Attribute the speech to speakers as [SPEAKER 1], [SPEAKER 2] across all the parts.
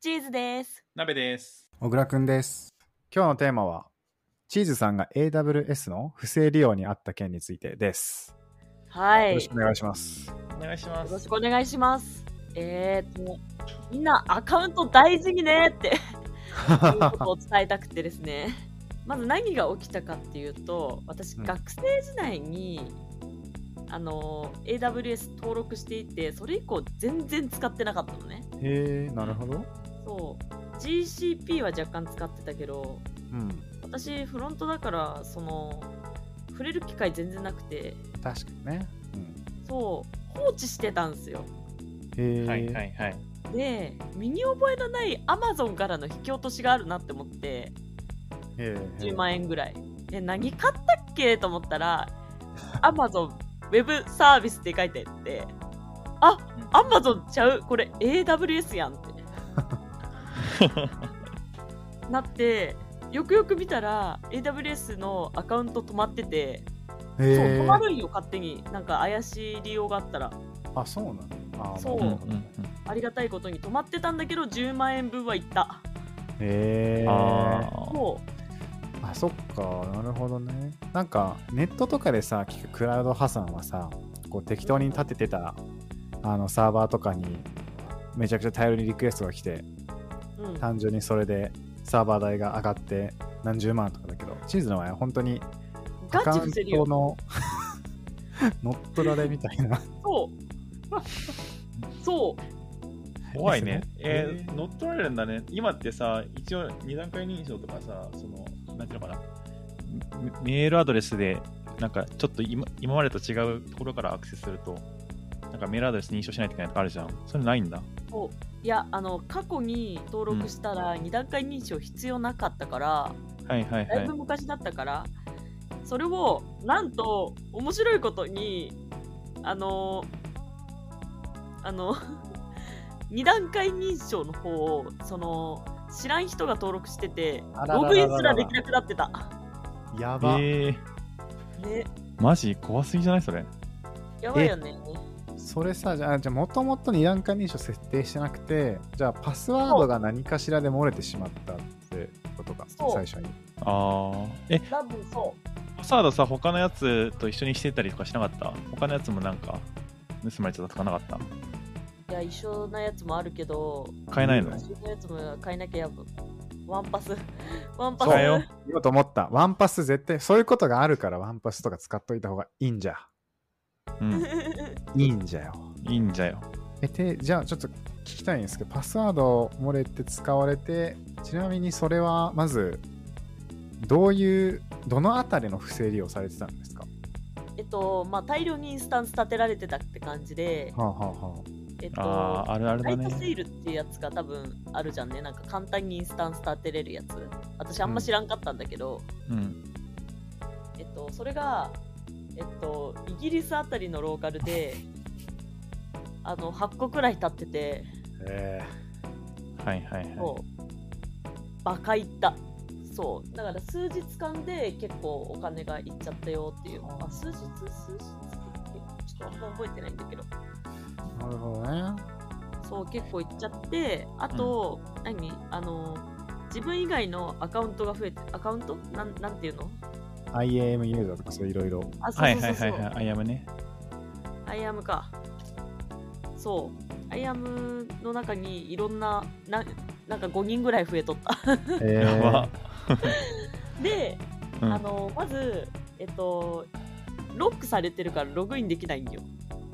[SPEAKER 1] チーズです。
[SPEAKER 2] 鍋です。
[SPEAKER 3] 小倉くんです。今日のテーマは、チーズさんが AWS の不正利用にあった件についてです。
[SPEAKER 1] はい。
[SPEAKER 3] よ
[SPEAKER 1] よ
[SPEAKER 3] ろしくお願いし ます。
[SPEAKER 2] お願いしま
[SPEAKER 1] ろし
[SPEAKER 2] す。
[SPEAKER 1] くお願いします。えーと、みんなアカウント大事にね っていうことを伝えたくてですね。まず何が起きたかっていうと、私、
[SPEAKER 3] うん
[SPEAKER 1] 学生時代に、あの、AWS 登録していて、それ以降全然使ってなかったのね。
[SPEAKER 3] へえ、なるほど。
[SPEAKER 1] そう。GCP は若干使ってたけど、
[SPEAKER 3] うん。
[SPEAKER 1] 私フロントだからその触れる機会全然なくて
[SPEAKER 3] 確かにね。うん、
[SPEAKER 1] そう放置してたんですよ
[SPEAKER 3] へえ、
[SPEAKER 2] はいはいはい。
[SPEAKER 1] で身に覚えのない Amazon からの引き落としがあるなって思って
[SPEAKER 3] へえ
[SPEAKER 1] 10万円ぐらいで何買ったっけと思ったら Amazon ウェブサービスって書いてあってあ Amazon ちゃうこれ AWS やんってなってよくよく見たら AWS のアカウント止まってて
[SPEAKER 3] へえ
[SPEAKER 1] そう止まるんよ勝手になんか怪しい利用があったら
[SPEAKER 3] あ、そうなのあ
[SPEAKER 1] そう
[SPEAKER 3] なるほど
[SPEAKER 2] んん
[SPEAKER 1] ありがたいことに止まってたんだけど10万円分はいった
[SPEAKER 2] う
[SPEAKER 3] へえ。
[SPEAKER 2] ん
[SPEAKER 3] あ
[SPEAKER 2] あー
[SPEAKER 1] も
[SPEAKER 3] そっか、なるほどね。なんか、ネットとかでさ、聞くクラウド破産はさ、こう適当に立ててた、あの、サーバーとかに、めちゃくちゃ大量にリクエストが来て、
[SPEAKER 1] う、うん、
[SPEAKER 3] 単純にそれでサーバー代が上がって何十万とかだけどチーズの場合は本当にア
[SPEAKER 1] ガ
[SPEAKER 3] カ
[SPEAKER 1] チ
[SPEAKER 3] ウ
[SPEAKER 1] 伏
[SPEAKER 3] ン
[SPEAKER 1] せる
[SPEAKER 3] ト
[SPEAKER 1] よ
[SPEAKER 3] の 乗っ取られみたいな
[SPEAKER 1] そうそう
[SPEAKER 2] 怖いね。
[SPEAKER 3] で
[SPEAKER 2] え
[SPEAKER 3] すね
[SPEAKER 2] ー乗っ取られるんだね。今ってさ、一応二段階認証とかさ、その、なんていうのかな。メメールアドレスで、なんかちょっと今今までと違うところからアクセスすると、なんかメールアドレス認証しないといけないとかあるじゃん。それないんだ。
[SPEAKER 1] いやあの過去に登録したら2段階認証必要なかったから、
[SPEAKER 2] はいはいは
[SPEAKER 1] だい
[SPEAKER 2] い
[SPEAKER 1] ぶ。昔だったから、それをなんと面白いことにあのあの 2段階認証の方をその知らん人が登録してて
[SPEAKER 3] あららららら
[SPEAKER 1] ログインすらできなくなってた。
[SPEAKER 3] やば、
[SPEAKER 2] えー、
[SPEAKER 1] ね、
[SPEAKER 2] マジ怖すぎじゃないそれ。
[SPEAKER 1] やばいよね。
[SPEAKER 3] それさじゃあじゃあもともと2段階認証設定してなくてじゃあパスワードが何かしらで漏れてしまったってことか
[SPEAKER 1] そう
[SPEAKER 3] 最初に
[SPEAKER 2] ああ。え、
[SPEAKER 1] 多分そ
[SPEAKER 2] パスワードさ、他のやつと一緒にしてたりとかしなかった他のやつもなんか、盗まれちゃったとかなかった
[SPEAKER 1] う。いや、一緒なやつもあるけど、
[SPEAKER 2] 買えないの
[SPEAKER 1] 一緒なやつも買えなきゃやばワンパ ス。ワンパス。
[SPEAKER 2] 変えよう
[SPEAKER 3] 言おうと思ったワンパス絶対そういうことがあるからワンパスとか使っといた方がいいんじゃ
[SPEAKER 2] うん、
[SPEAKER 3] いいんじゃよ
[SPEAKER 2] いいんじゃよ。
[SPEAKER 3] えてじゃあちょっと聞きたいんですけどパスワード漏れて使われてちなみにそれはまずどういうどのあたりの不正利用されてたんですか
[SPEAKER 1] えっと、まあ、大量にインスタンス立てられてたって感じで、
[SPEAKER 3] はあ、はあは
[SPEAKER 1] えっと、
[SPEAKER 2] ああ、あるある
[SPEAKER 1] ラ
[SPEAKER 2] だ
[SPEAKER 1] イトセー
[SPEAKER 2] ね。
[SPEAKER 1] ルっていうやつが多分あるじゃんね。なんか簡単にインスタンス立てれるやつ。私あんま知らんかったんだけど、
[SPEAKER 2] うん。
[SPEAKER 1] えっと、それが、えっと、イギリスあたりのローカルで、あの、8個くらい立ってて、
[SPEAKER 3] あ、え
[SPEAKER 2] はいはいは
[SPEAKER 1] そうバカいったそうだから数日間で結構お金がいっちゃったよっていうあ数日数日ちょっとあんま覚えてないんだけど
[SPEAKER 3] なるほどね
[SPEAKER 1] そう結構いっちゃってあと、何あの自分以外のアカウントが増えてアカウントなんなんていうの
[SPEAKER 3] IAM ユーザーとかそういろいろ
[SPEAKER 1] あ
[SPEAKER 2] い。
[SPEAKER 1] そ
[SPEAKER 2] は
[SPEAKER 1] う
[SPEAKER 2] い
[SPEAKER 1] そう
[SPEAKER 2] は
[SPEAKER 1] そ
[SPEAKER 2] いう
[SPEAKER 1] そ
[SPEAKER 2] は
[SPEAKER 1] う、
[SPEAKER 2] いはい。アイアムね。
[SPEAKER 1] アイアムかそうアイアムの中にいろんなななんか5人ぐらい増えとった
[SPEAKER 2] やば。
[SPEAKER 1] で、
[SPEAKER 2] うん
[SPEAKER 1] あのまず、えっと、ロックされてるからログインできないんよ。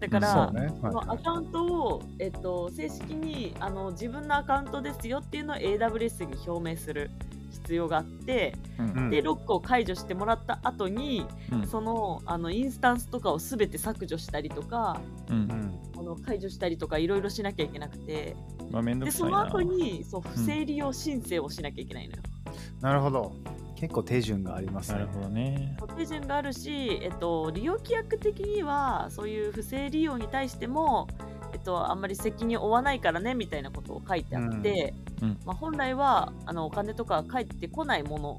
[SPEAKER 1] だか
[SPEAKER 2] ば
[SPEAKER 1] ら、
[SPEAKER 3] そうね、
[SPEAKER 1] その
[SPEAKER 3] は
[SPEAKER 1] アカウントを、えっと、正式にあの自分のアカウントですよっていうのを AWS に表明する必要があって、
[SPEAKER 2] うん
[SPEAKER 1] でロックを解除してもらった後に
[SPEAKER 2] うん
[SPEAKER 1] そのあのインスタンスとかを全て削除したりとか
[SPEAKER 2] う。
[SPEAKER 3] いうんん、
[SPEAKER 1] あの解除したりとかいろいろしなきゃいけなくて
[SPEAKER 2] まあ、めんど
[SPEAKER 1] で
[SPEAKER 2] くさ
[SPEAKER 1] そ
[SPEAKER 2] い
[SPEAKER 1] の
[SPEAKER 2] な
[SPEAKER 1] 後。にそう不正利用申請をしなきゃいけないのよ。
[SPEAKER 3] なるほど結構手順があります
[SPEAKER 2] な
[SPEAKER 3] ね
[SPEAKER 2] るほどね。
[SPEAKER 1] 手順があるし、えっと、利用規約的にはそういう不正利用に対しても、えっと、あんまり責任を負わないからねみたいなことを書いてあって、
[SPEAKER 2] うんうん
[SPEAKER 1] まあ、本来はあのお金とか返ってこないもの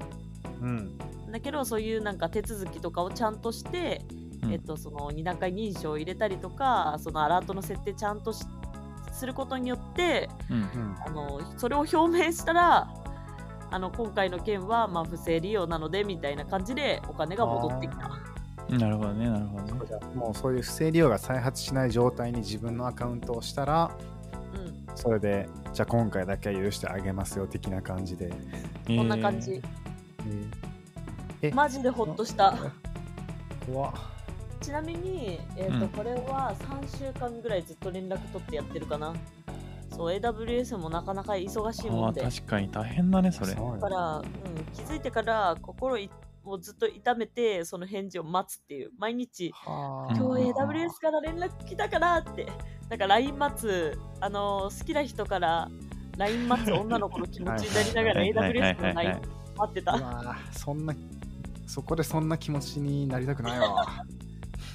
[SPEAKER 3] うん
[SPEAKER 1] だけどそういうなんか手続きとかをちゃんとして、
[SPEAKER 2] うん
[SPEAKER 1] えっと、その2段階認証を入れたりとかそのアラートの設定ちゃんとしすることによって
[SPEAKER 2] うん
[SPEAKER 3] うん
[SPEAKER 1] あのそれを表明したらあの今回の件はまあ不正利用なのでみたいな感じでお金が戻ってきた。
[SPEAKER 2] なるほどね、なるほどね。
[SPEAKER 3] もうそういう不正利用が再発しない状態に自分のアカウントをしたら
[SPEAKER 1] うん、
[SPEAKER 3] それでじゃあ今回だけは許してあげますよ的な感じで、
[SPEAKER 1] こんな感じ、
[SPEAKER 3] え
[SPEAKER 1] マジでほっとした。
[SPEAKER 3] 怖っ
[SPEAKER 1] ちなみに、えーと
[SPEAKER 2] うん
[SPEAKER 1] これは3週間ぐらいずっと連絡取ってやってるかな。そう、AWS もなかなか忙しい
[SPEAKER 2] あ
[SPEAKER 1] も
[SPEAKER 2] あ
[SPEAKER 1] んで。だ
[SPEAKER 2] 確かに大変だね、それ。
[SPEAKER 3] うよ
[SPEAKER 1] から、うん、気づいてから心いをずっと痛めて、その返事を待つっていう、毎日、
[SPEAKER 3] はあ
[SPEAKER 1] 今
[SPEAKER 2] うん
[SPEAKER 1] 日 AWS から連絡来たからって、なんか LINE 待つ、あのー好きな人から LINE 待つ女の子の気持ちになりながら
[SPEAKER 2] はいはいはい
[SPEAKER 1] AWS
[SPEAKER 2] は
[SPEAKER 1] の
[SPEAKER 2] いはい
[SPEAKER 1] LINE 待ってた。
[SPEAKER 3] うわあそんなそこでそんな気持ちになりたくないわ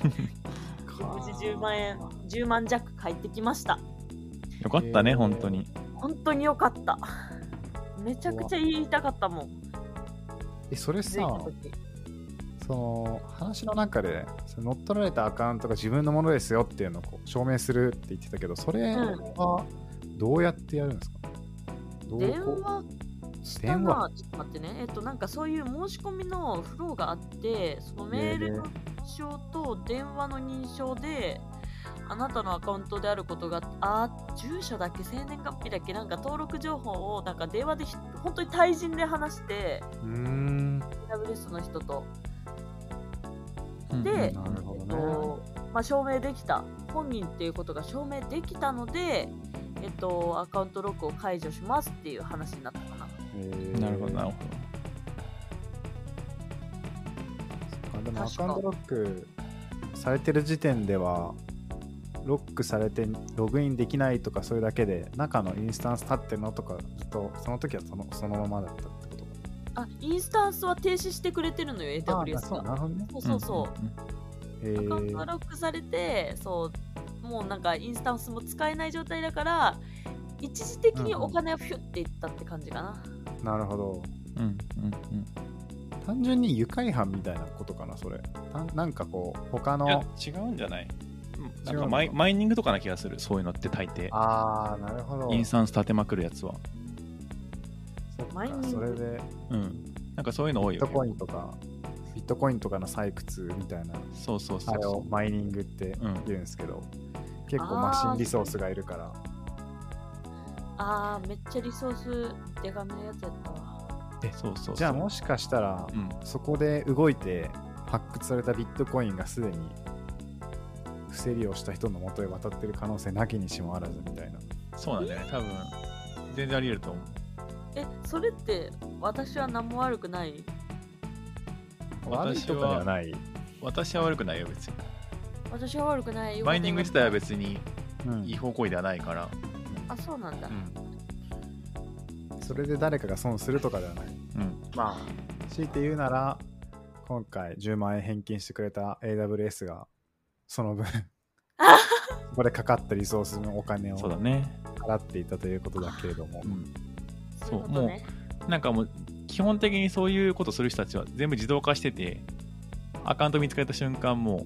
[SPEAKER 1] 無事10万円、10万弱返ってきました。
[SPEAKER 2] よかったね、
[SPEAKER 3] えー
[SPEAKER 2] 本当に。
[SPEAKER 1] 本当に良かった。めちゃくちゃ言いたかったもん。
[SPEAKER 3] えそれ
[SPEAKER 1] 気づ
[SPEAKER 3] さ
[SPEAKER 1] いた時
[SPEAKER 3] その話の中でその乗っ取られたアカウントが自分のものですよっていうのをこう証明するって言ってたけどそれ
[SPEAKER 1] うん
[SPEAKER 3] はどうやってやるんですか、どう
[SPEAKER 1] 電
[SPEAKER 3] こ
[SPEAKER 1] 話した
[SPEAKER 3] 電
[SPEAKER 1] な
[SPEAKER 3] 話
[SPEAKER 1] ちょっと待ってね。えっと、なんかそういう申し込みのフローがあって、そのメールの認証と電話の認証で、あなたのアカウントであることが、あー、住所だっけ、生年月日だっけ、なんか登録情報を、なんか電話でひ、本当に対人で話して、
[SPEAKER 3] ううーん
[SPEAKER 1] AWS の人と、
[SPEAKER 2] うん
[SPEAKER 1] で
[SPEAKER 3] なるほど
[SPEAKER 1] えっ
[SPEAKER 3] ね
[SPEAKER 1] とまあ、証明できた本人っていうことが証明できたので、えっと、アカウントロックを解除しますっていう話になったかな。
[SPEAKER 3] え
[SPEAKER 2] うん
[SPEAKER 3] ー
[SPEAKER 2] なるほど、なるほ
[SPEAKER 3] あでもア
[SPEAKER 1] 確か
[SPEAKER 3] カウントロックされてる時点ではロックされてログインできないとかそういうだけで中のインスタンス立ってるのとかずっとその時はそのそのままだったってことか
[SPEAKER 1] あインスタンスは停止してくれてるのよ、
[SPEAKER 3] あー
[SPEAKER 1] AWS
[SPEAKER 3] そ
[SPEAKER 1] が。
[SPEAKER 3] うなるほどね
[SPEAKER 1] そう
[SPEAKER 2] ど。
[SPEAKER 1] そうそう。
[SPEAKER 3] へー
[SPEAKER 1] アカウントがロックされて、そう、もうなんかインスタンスも使えない状態だから、一時的にお金をフュっていったって感じかな。
[SPEAKER 3] なるほど
[SPEAKER 2] うんうんうんうん
[SPEAKER 3] 単純に愉快犯みたいなことかなそれたなんかこう他
[SPEAKER 2] いや
[SPEAKER 3] の
[SPEAKER 2] 違うんじゃない
[SPEAKER 3] ん
[SPEAKER 2] なんかマ
[SPEAKER 3] 違う
[SPEAKER 2] イ
[SPEAKER 3] のか
[SPEAKER 2] マイニングとかな気がする、そういうのって大抵。
[SPEAKER 3] ああなるほど
[SPEAKER 2] インスタンス立てまくるやつは。
[SPEAKER 3] そっか
[SPEAKER 1] マイニング
[SPEAKER 3] それで
[SPEAKER 2] うん。なんかそういうの多い
[SPEAKER 3] ビ
[SPEAKER 2] よ
[SPEAKER 3] ット
[SPEAKER 2] ね。
[SPEAKER 3] コインとかビットコインとかの採掘みたいな
[SPEAKER 2] そうそうそ
[SPEAKER 3] あ
[SPEAKER 2] う
[SPEAKER 3] れを
[SPEAKER 2] そ
[SPEAKER 3] マイニングって
[SPEAKER 2] う。うん。
[SPEAKER 3] 言うんですけど結構マシンリソースがいるから
[SPEAKER 1] あー、めっちゃリソースでかめのやつやったわ。
[SPEAKER 2] でそうそうそう。
[SPEAKER 3] じゃあもしかしたら、
[SPEAKER 2] うん。
[SPEAKER 3] そこで動いて発掘されたビットコインがすでに不正利用した人の元へ渡ってる可能性なきにしもあらずみたいな。
[SPEAKER 2] そうなんだよね。多分全然あり得ると思う。
[SPEAKER 1] え、それって私は何も悪くない
[SPEAKER 3] 悪い
[SPEAKER 2] 私
[SPEAKER 3] とかでは
[SPEAKER 2] は、
[SPEAKER 3] ない。
[SPEAKER 2] 私は悪くないよ、別に。
[SPEAKER 1] 私は悪くないよ。
[SPEAKER 2] マイニング自体は
[SPEAKER 1] 別
[SPEAKER 2] 別に
[SPEAKER 3] うん
[SPEAKER 2] 違法行為ではないから。
[SPEAKER 1] あ、そうなんだ。
[SPEAKER 3] それで誰かが損するとかではない。
[SPEAKER 2] うん。
[SPEAKER 3] まあ、強いて言うなら、今回10万円返金してくれた AWS が、その分、これかかったリソースのお金を
[SPEAKER 2] そうだね。
[SPEAKER 3] 払っていたということだけれども
[SPEAKER 2] う。ん。
[SPEAKER 1] いことね。
[SPEAKER 2] なんかもう、基本的にそういうことする人たちは全部自動化してて、アカウント見つかれた瞬間、もう、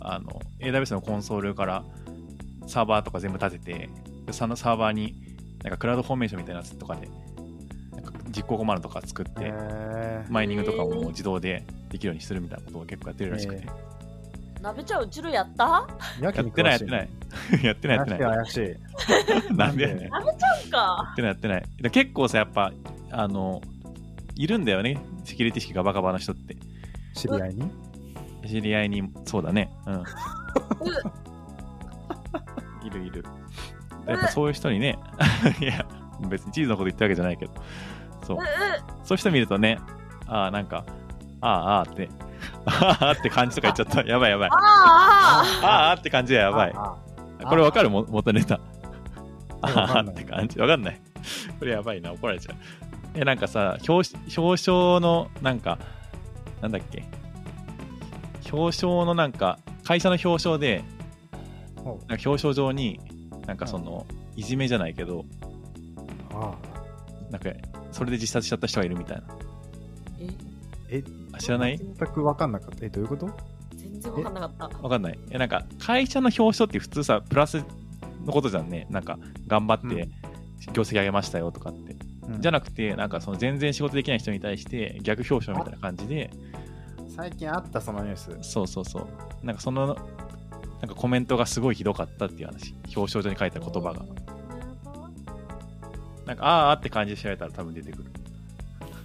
[SPEAKER 2] あの、AWS のコンソールからサーバーとか全部立てて、でそのサーバーに、なんかクラウドフォーメーションみたいなやつとかで、なんか実行コマンドとか作って、
[SPEAKER 3] えー
[SPEAKER 2] マイニングとかももう自動でできるようにするみたいなことを結構やってるらしくて。
[SPEAKER 1] 鍋ちゃん、うちろやった
[SPEAKER 3] やけ
[SPEAKER 2] やっ
[SPEAKER 3] に
[SPEAKER 2] てない、や
[SPEAKER 3] 詳
[SPEAKER 2] っ
[SPEAKER 3] してい
[SPEAKER 2] な
[SPEAKER 3] ね
[SPEAKER 2] い。やってない、 やってない。
[SPEAKER 3] 怪しい怪しい。
[SPEAKER 2] なんでやねん。
[SPEAKER 1] 鍋ちゃんか。
[SPEAKER 2] やってないやってないで結構さやっぱあのいるんだよねセキュリティ意識がバカバカな人って
[SPEAKER 3] 知り合いに
[SPEAKER 2] 知り合いにそうだねうんいるいるやっぱそういう人にね いや別にチーズのこと言ったわけじゃないけどそう
[SPEAKER 1] うう
[SPEAKER 2] そういう人見るとねああなんかあーあーって あーあーって感じとか言っちゃったやばいやばいあ
[SPEAKER 1] あーあ
[SPEAKER 2] ーあーって感じはやばい
[SPEAKER 3] ああ
[SPEAKER 2] これわかるも元ネ タ
[SPEAKER 3] わか
[SPEAKER 2] あ
[SPEAKER 3] ん
[SPEAKER 2] ー
[SPEAKER 3] ない
[SPEAKER 2] って感じわかんない これやばいな怒られちゃうえなんかさ表表彰のなんかなんだっけ表彰のなんか会社の表彰で
[SPEAKER 3] ほう
[SPEAKER 2] なんか表彰状になんかそのいじめじゃないけど
[SPEAKER 3] あ
[SPEAKER 2] なんかそれで自殺しちゃった人がいるみたいな
[SPEAKER 1] ーえ
[SPEAKER 3] え、
[SPEAKER 2] あ知らない
[SPEAKER 3] 全く分かんなかった。え、どういうこと
[SPEAKER 1] 全然わかんなかった。
[SPEAKER 2] わかんないえなんか会社の表彰って普通さプラスのことじゃんね。なんか、頑張って業績上げましたよとかって。じゃ
[SPEAKER 3] な
[SPEAKER 2] なくて、なんかその全然仕事できない人に対して逆表彰みたいな感じで、
[SPEAKER 3] 最近あったそのニュース
[SPEAKER 2] そうそうそう。なんかその、なんかコメントがすごいひどかったっていう話。表彰状に書いた言葉が。なんか、あーあって感じで調べたら多分出てくる。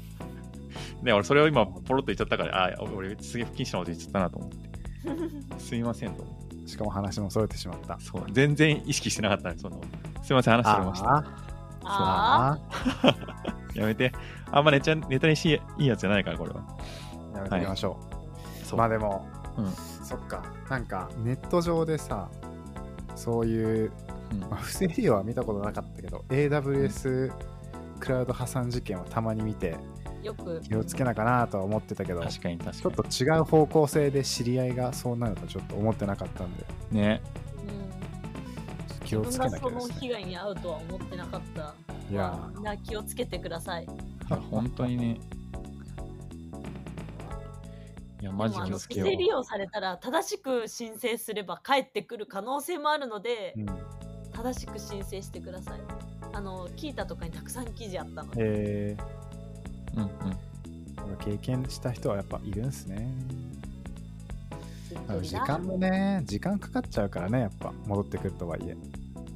[SPEAKER 2] で、俺それを今ポロッと言っちゃったから、あー俺すげえ不謹慎なこと言っちゃったなと思って。 すいませんと思って。
[SPEAKER 3] しかも話もそれてしまった
[SPEAKER 2] そう、全然意識してなかったね、その。すいません、話してました。
[SPEAKER 3] あ
[SPEAKER 1] あ
[SPEAKER 3] あ
[SPEAKER 2] やめて。あんまネタネタにしいいやつじゃないから、これは。
[SPEAKER 3] やめていきましょう、
[SPEAKER 2] そう。
[SPEAKER 3] まあでも、
[SPEAKER 2] うん
[SPEAKER 3] そっかなんかネット上でさそういう、
[SPEAKER 2] うん
[SPEAKER 3] まあ、不正利用は見たことなかったけど AWS クラウド破産事件はたまに見て
[SPEAKER 1] あよく
[SPEAKER 3] 気をつけなかなとは思ってたけど
[SPEAKER 2] 確かに確かに。
[SPEAKER 3] ちょっと違う方向性で知り合いがそうなるとちょっと思ってなかったんで
[SPEAKER 2] ね。
[SPEAKER 3] 気をつけなきゃ
[SPEAKER 1] そ
[SPEAKER 3] で
[SPEAKER 1] の
[SPEAKER 3] す
[SPEAKER 1] 被
[SPEAKER 3] ね
[SPEAKER 1] 害に遭うとは思ってなかった。
[SPEAKER 3] いやー
[SPEAKER 1] みんな気をつけてください。
[SPEAKER 2] いや本当にね。いや、マジ
[SPEAKER 1] でもあ
[SPEAKER 2] 気
[SPEAKER 1] の
[SPEAKER 2] をつ
[SPEAKER 1] 不
[SPEAKER 2] けよ
[SPEAKER 1] 正利
[SPEAKER 2] う。
[SPEAKER 1] 用されたら正しく申請すれば返ってくる可能性もあるので、
[SPEAKER 3] うん
[SPEAKER 1] 正しく申請してください。あの、聞いたとかにたくさん記事あったので。
[SPEAKER 3] え
[SPEAKER 2] うんうん。
[SPEAKER 3] ー経験した人はやっぱいるんすね
[SPEAKER 1] びっ
[SPEAKER 3] あ
[SPEAKER 1] く
[SPEAKER 3] の
[SPEAKER 1] り
[SPEAKER 3] 時
[SPEAKER 1] だ
[SPEAKER 3] 間もね時間かかっちゃうからねやっぱ戻ってくるとはいえ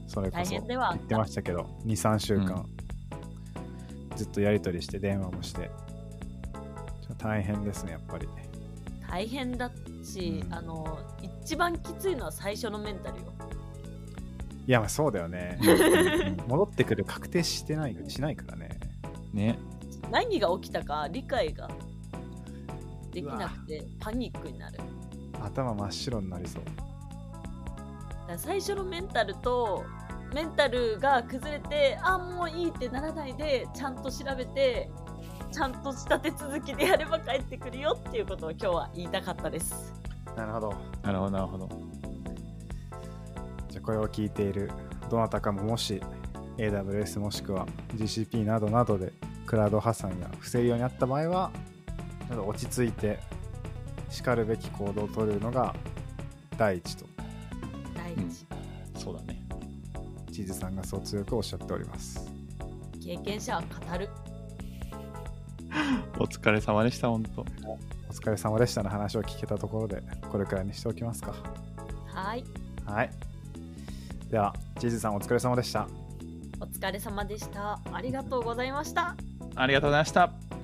[SPEAKER 3] それこ
[SPEAKER 1] 大
[SPEAKER 3] そ
[SPEAKER 1] 変ではあっ
[SPEAKER 3] 言
[SPEAKER 1] た
[SPEAKER 3] ってましたけど23週間、ずっとやり取りして電話もしてちょっと大変ですねやっぱり
[SPEAKER 1] 大変だし、
[SPEAKER 3] うん
[SPEAKER 1] あの、一番きついのは最初のメンタルよ。
[SPEAKER 3] いやまあそうだよねうん戻ってくる確定してないしないからね
[SPEAKER 2] ね。
[SPEAKER 1] 何が起きたか理解ができなくてパニックになる。
[SPEAKER 3] 頭真っ白になりそう
[SPEAKER 1] だから最初のメンタルとメンタルが崩れてあもういいってならないでちゃんと調べてちゃんとした手続きでやれば帰ってくるよっていうことを今日は言いたかったです
[SPEAKER 3] なるほど
[SPEAKER 2] なるほど、なるほど。
[SPEAKER 3] じゃあこれを聞いているどなたかももし AWS もしくは GCP などなどでクラウド破産や不正利用にあった場合はちょっと落ち着いてしかるべき行動を取るのが第一と
[SPEAKER 1] 第
[SPEAKER 2] うん
[SPEAKER 1] 一、
[SPEAKER 2] そうだね。
[SPEAKER 3] チーズさんがそう強くおっしゃっております
[SPEAKER 1] 経験者は語る
[SPEAKER 2] お疲れ様でした、本当。
[SPEAKER 3] お疲れ様でしたの話を聞けたところでこれくらいにしておきますか
[SPEAKER 1] はい
[SPEAKER 3] はいではチーズさんお疲れ様でした
[SPEAKER 1] お疲れ様でしたありがとうございました
[SPEAKER 2] ありがとうございました。